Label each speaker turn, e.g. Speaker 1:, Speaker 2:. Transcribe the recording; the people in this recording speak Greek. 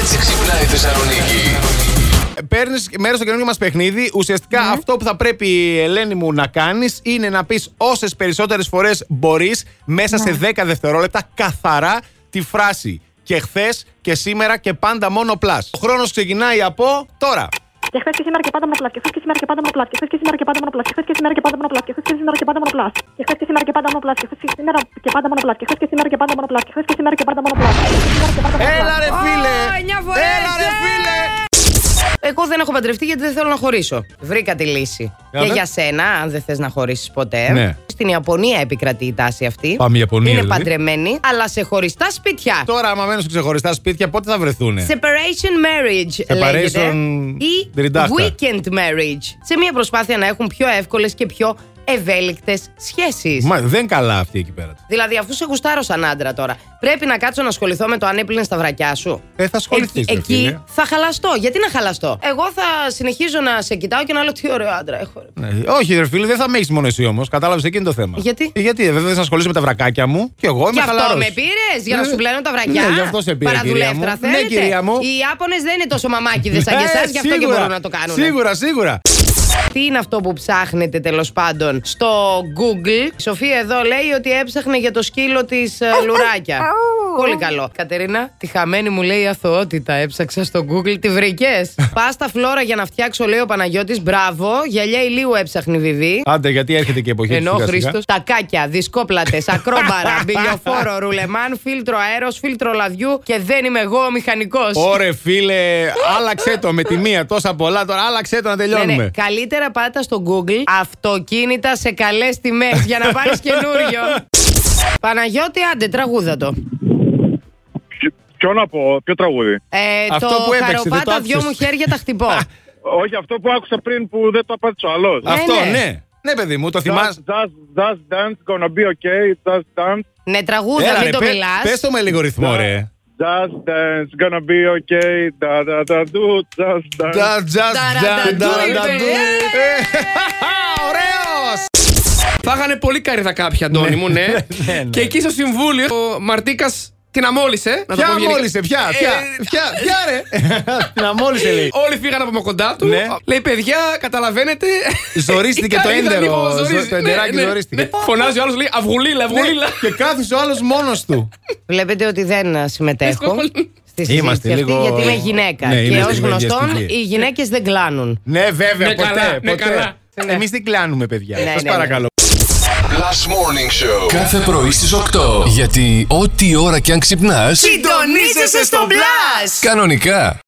Speaker 1: έτσι ξυπνάει η Θεσσαλονίκη.
Speaker 2: Παίρνεις μέρος στο καινούργιο μας παιχνίδι. Ουσιαστικά
Speaker 3: Ναι.
Speaker 2: αυτό που θα πρέπει η Ελένη μου να κάνεις είναι να πεις όσες περισσότερες φορές μπορείς μέσα
Speaker 3: Ναι.
Speaker 2: σε 10 δευτερόλεπτα καθαρά τη φράση. Και χθες και σήμερα και πάντα μόνο πλάς. Ο χρόνος ξεκινάει από τώρα.
Speaker 3: Και χθες και σήμερα και πάντα μονοπλά. Και χθες και σήμερα και πάντα μονοπλά. Και χθες και σήμερα και πάντα μονοπλά. Και χθες και σήμερα και πάντα μονοπλά. Και χθες και σήμερα και πάντα μονοπλά. Και χθες και σήμερα και πάντα μονοπλά. Και χθες και σήμερα και πάντα μονοπλά. Και χθες και σήμερα και πάντα μονοπλά. Και χθες και σήμερα και πάντα μονοπλά.
Speaker 2: Έλα ρε
Speaker 4: Ω,
Speaker 2: φίλε!
Speaker 4: εννιά φορές,
Speaker 2: Έλα ρε
Speaker 4: ε!
Speaker 2: φίλε!
Speaker 4: Εγώ δεν έχω παντρευτεί γιατί δεν θέλω να χωρίσω. Βρήκα τη λύση.
Speaker 2: Για
Speaker 4: και
Speaker 2: δε.
Speaker 4: για σένα, αν δεν θες να χωρίσεις ποτέ.
Speaker 2: Ναι.
Speaker 4: Στην Ιαπωνία επικρατεί η τάση αυτή.
Speaker 2: Πάμε Ιαπωνία,
Speaker 4: Είναι
Speaker 2: δηλαδή.
Speaker 4: παντρεμένοι, αλλά σε χωριστά σπίτια.
Speaker 2: Τώρα, άμα μένουν σε ξεχωριστά σπίτια, πότε θα βρεθούνε.
Speaker 4: Separation marriage
Speaker 2: Separation
Speaker 4: λέγεται ή
Speaker 2: τριντάχτα.
Speaker 4: weekend marriage σε μια προσπάθεια να έχουν πιο εύκολες και πιο ευέλικτες σχέσεις.
Speaker 2: Μα δεν καλά αυτή εκεί πέρα.
Speaker 4: Δηλαδή, αφού σε γουστάρω σαν άντρα τώρα, πρέπει να κάτσω να ασχοληθώ με το αν έπλυνε στα βρακιά σου.
Speaker 2: Ε, θα ασχοληθείς,
Speaker 4: Εκ-
Speaker 2: ρε
Speaker 4: εκεί
Speaker 2: φίλε.
Speaker 4: θα χαλαστώ. Γιατί να χαλαστώ. Εγώ θα συνεχίζω να σε κοιτάω και να λέω τι ωραίο άντρα έχω. ρε».
Speaker 2: Ναι. Όχι, ρε φίλε, δεν θα με έχεις μόνο εσύ όμως. Κατάλαβες εκείνο το θέμα.
Speaker 4: Γιατί?
Speaker 2: Ε, Γιατί ε, βέβαια δεν θα ασχολήσω με τα βρακάκια μου και εγώ είμαι
Speaker 4: Γι' αυτό
Speaker 2: χαλαρός.
Speaker 4: με πήρες, για να
Speaker 2: Ναι.
Speaker 4: σου πλένω τα βρακιά.
Speaker 2: Ναι, γι' αυτό σε πήρα.
Speaker 4: Παραδουλεύτρα
Speaker 2: κυρία μου.
Speaker 4: θέλετε.
Speaker 2: Ναι, κυρία μου.
Speaker 4: Οι Ιάπωνες δεν είναι τόσο μαμάκιδες σαν και
Speaker 2: Ε,
Speaker 4: εσάς, γι' αυτό και
Speaker 2: σίγουρα.
Speaker 4: μπορούν να το κάνουν.
Speaker 2: Σίγουρα, σίγουρα.
Speaker 4: Τι είναι αυτό που ψάχνετε τέλος πάντων στο Google. Η Σοφία εδώ λέει ότι έψαχνε για το σκύλο της Λουράκια. Πολύ καλό. Κατερίνα, τη χαμένη μου λέει αθωότητα. Έψαξα στο Google, τη βρήκες. Πάστα φλόρα για να φτιάξω, λέει ο Παναγιώτης. Μπράβο. Γυαλιά ηλίου έψαχνε η Βιβί.
Speaker 2: Άντε, γιατί έρχεται και η εποχή
Speaker 4: Ενώ ο
Speaker 2: του σιγά σιγά.
Speaker 4: Χρήστο. Τακάκια, δισκόπλατες, ακρόμπαρα, μπιλιοφόρο, ρουλεμάν, φίλτρο αέρος, φίλτρο λαδιού και δεν είμαι εγώ ο Ναι, μηχανικός.
Speaker 2: Ωρε φίλε, άλλαξε το με τη μία τόσα πολλά τώρα. Άλλαξε το να τελειώνουμε.
Speaker 4: Ναι, ναι. Καλύτερα πάτα στο Google αυτοκίνητα σε καλές τιμές για να πάρεις καινούριο. Παναγιώτη, άντε, τραγούδα το.
Speaker 5: Ποιο- Ποιο να πω, ποιο τραγούδι.
Speaker 4: Ε,
Speaker 2: Αυτό
Speaker 4: το
Speaker 2: που έπαιξε, δεν το
Speaker 4: χαροπάτα,
Speaker 2: άκουσες.
Speaker 4: δυο μου χέρια τα χτυπώ.
Speaker 5: Όχι, αυτό που άκουσα πριν που δεν το απάντησε ο άλλος.
Speaker 4: Α,
Speaker 2: Αυτό,
Speaker 4: ναι.
Speaker 2: ναι. ναι. παιδί μου, το
Speaker 5: Just,
Speaker 2: θυμάσαι.
Speaker 5: just, just dance, gonna be okay. Just dance,
Speaker 4: ναι, τραγούδα, μην το μιλάς.
Speaker 2: πες το με λίγο ρυθμό, ρε.
Speaker 5: just dance, gonna be okay. Da da da do, just dance.
Speaker 2: Τα- just-
Speaker 4: Ταραταντού,
Speaker 2: τα- ταραταντού.
Speaker 4: είπε.
Speaker 2: Ε, Ωραίος!
Speaker 6: Φάγανε πολύ καρύδα κάποια, Αντώνη μου, ναι.
Speaker 2: Ναι, ναι.
Speaker 6: Και εκεί στο συμβούλιο ο Μαρτίκας την αμόλυσε. να το πω
Speaker 2: Ποια
Speaker 6: γενικά.
Speaker 2: μόλισε, ποια,
Speaker 6: Ε,
Speaker 2: ποια,
Speaker 6: ε,
Speaker 2: ποια, ποια ρε. Την αμόλυσε λέει.
Speaker 6: Όλοι φύγανε από κοντά του.
Speaker 2: Ναι.
Speaker 6: Λέει, παιδιά, καταλαβαίνετε.
Speaker 2: Ζορίστηκε
Speaker 6: η
Speaker 2: το
Speaker 6: καρύδα λοιπόν,
Speaker 2: έντερο,
Speaker 6: λίγο ζορίζει».
Speaker 2: ζο- το εντεράκι ζορίστηκε.
Speaker 6: ναι. Φωνάζει ο άλλος, λέει, Αυγουλίλα, Αυγουλίλα.
Speaker 2: Ναι, Και κάθισε ο άλλος μόνος του.
Speaker 4: Βλέπετε ότι δεν ε, συμμετέχω.
Speaker 6: Δύσκολο.
Speaker 4: Στη συζήτηση
Speaker 2: Είμαστε
Speaker 4: αυτή,
Speaker 2: λίγο-
Speaker 4: γιατί είμαι γυναίκα.
Speaker 2: Ναι,
Speaker 4: και
Speaker 2: είμαστε
Speaker 4: ως
Speaker 2: λίγο
Speaker 4: γνωστόν,
Speaker 2: εγγυαστικοί.
Speaker 4: οι γυναίκες δεν κλάνουν.
Speaker 2: Ναι, βέβαια,
Speaker 6: Ναι,
Speaker 2: ποτέ.
Speaker 6: καλά, ναι,
Speaker 2: ποτέ.
Speaker 6: καλά.
Speaker 4: Ναι.
Speaker 2: Εμείς δεν κλάνουμε, παιδιά.
Speaker 4: Ναι,
Speaker 2: Σας
Speaker 4: ναι, ναι.
Speaker 2: παρακαλώ.
Speaker 1: Last Morning Show.
Speaker 7: Κάθε πρωί στις 8. Γιατί ό,τι ώρα κι αν ξυπνάς,
Speaker 4: Συντονίζεσαι στο μπλα!
Speaker 7: κανονικά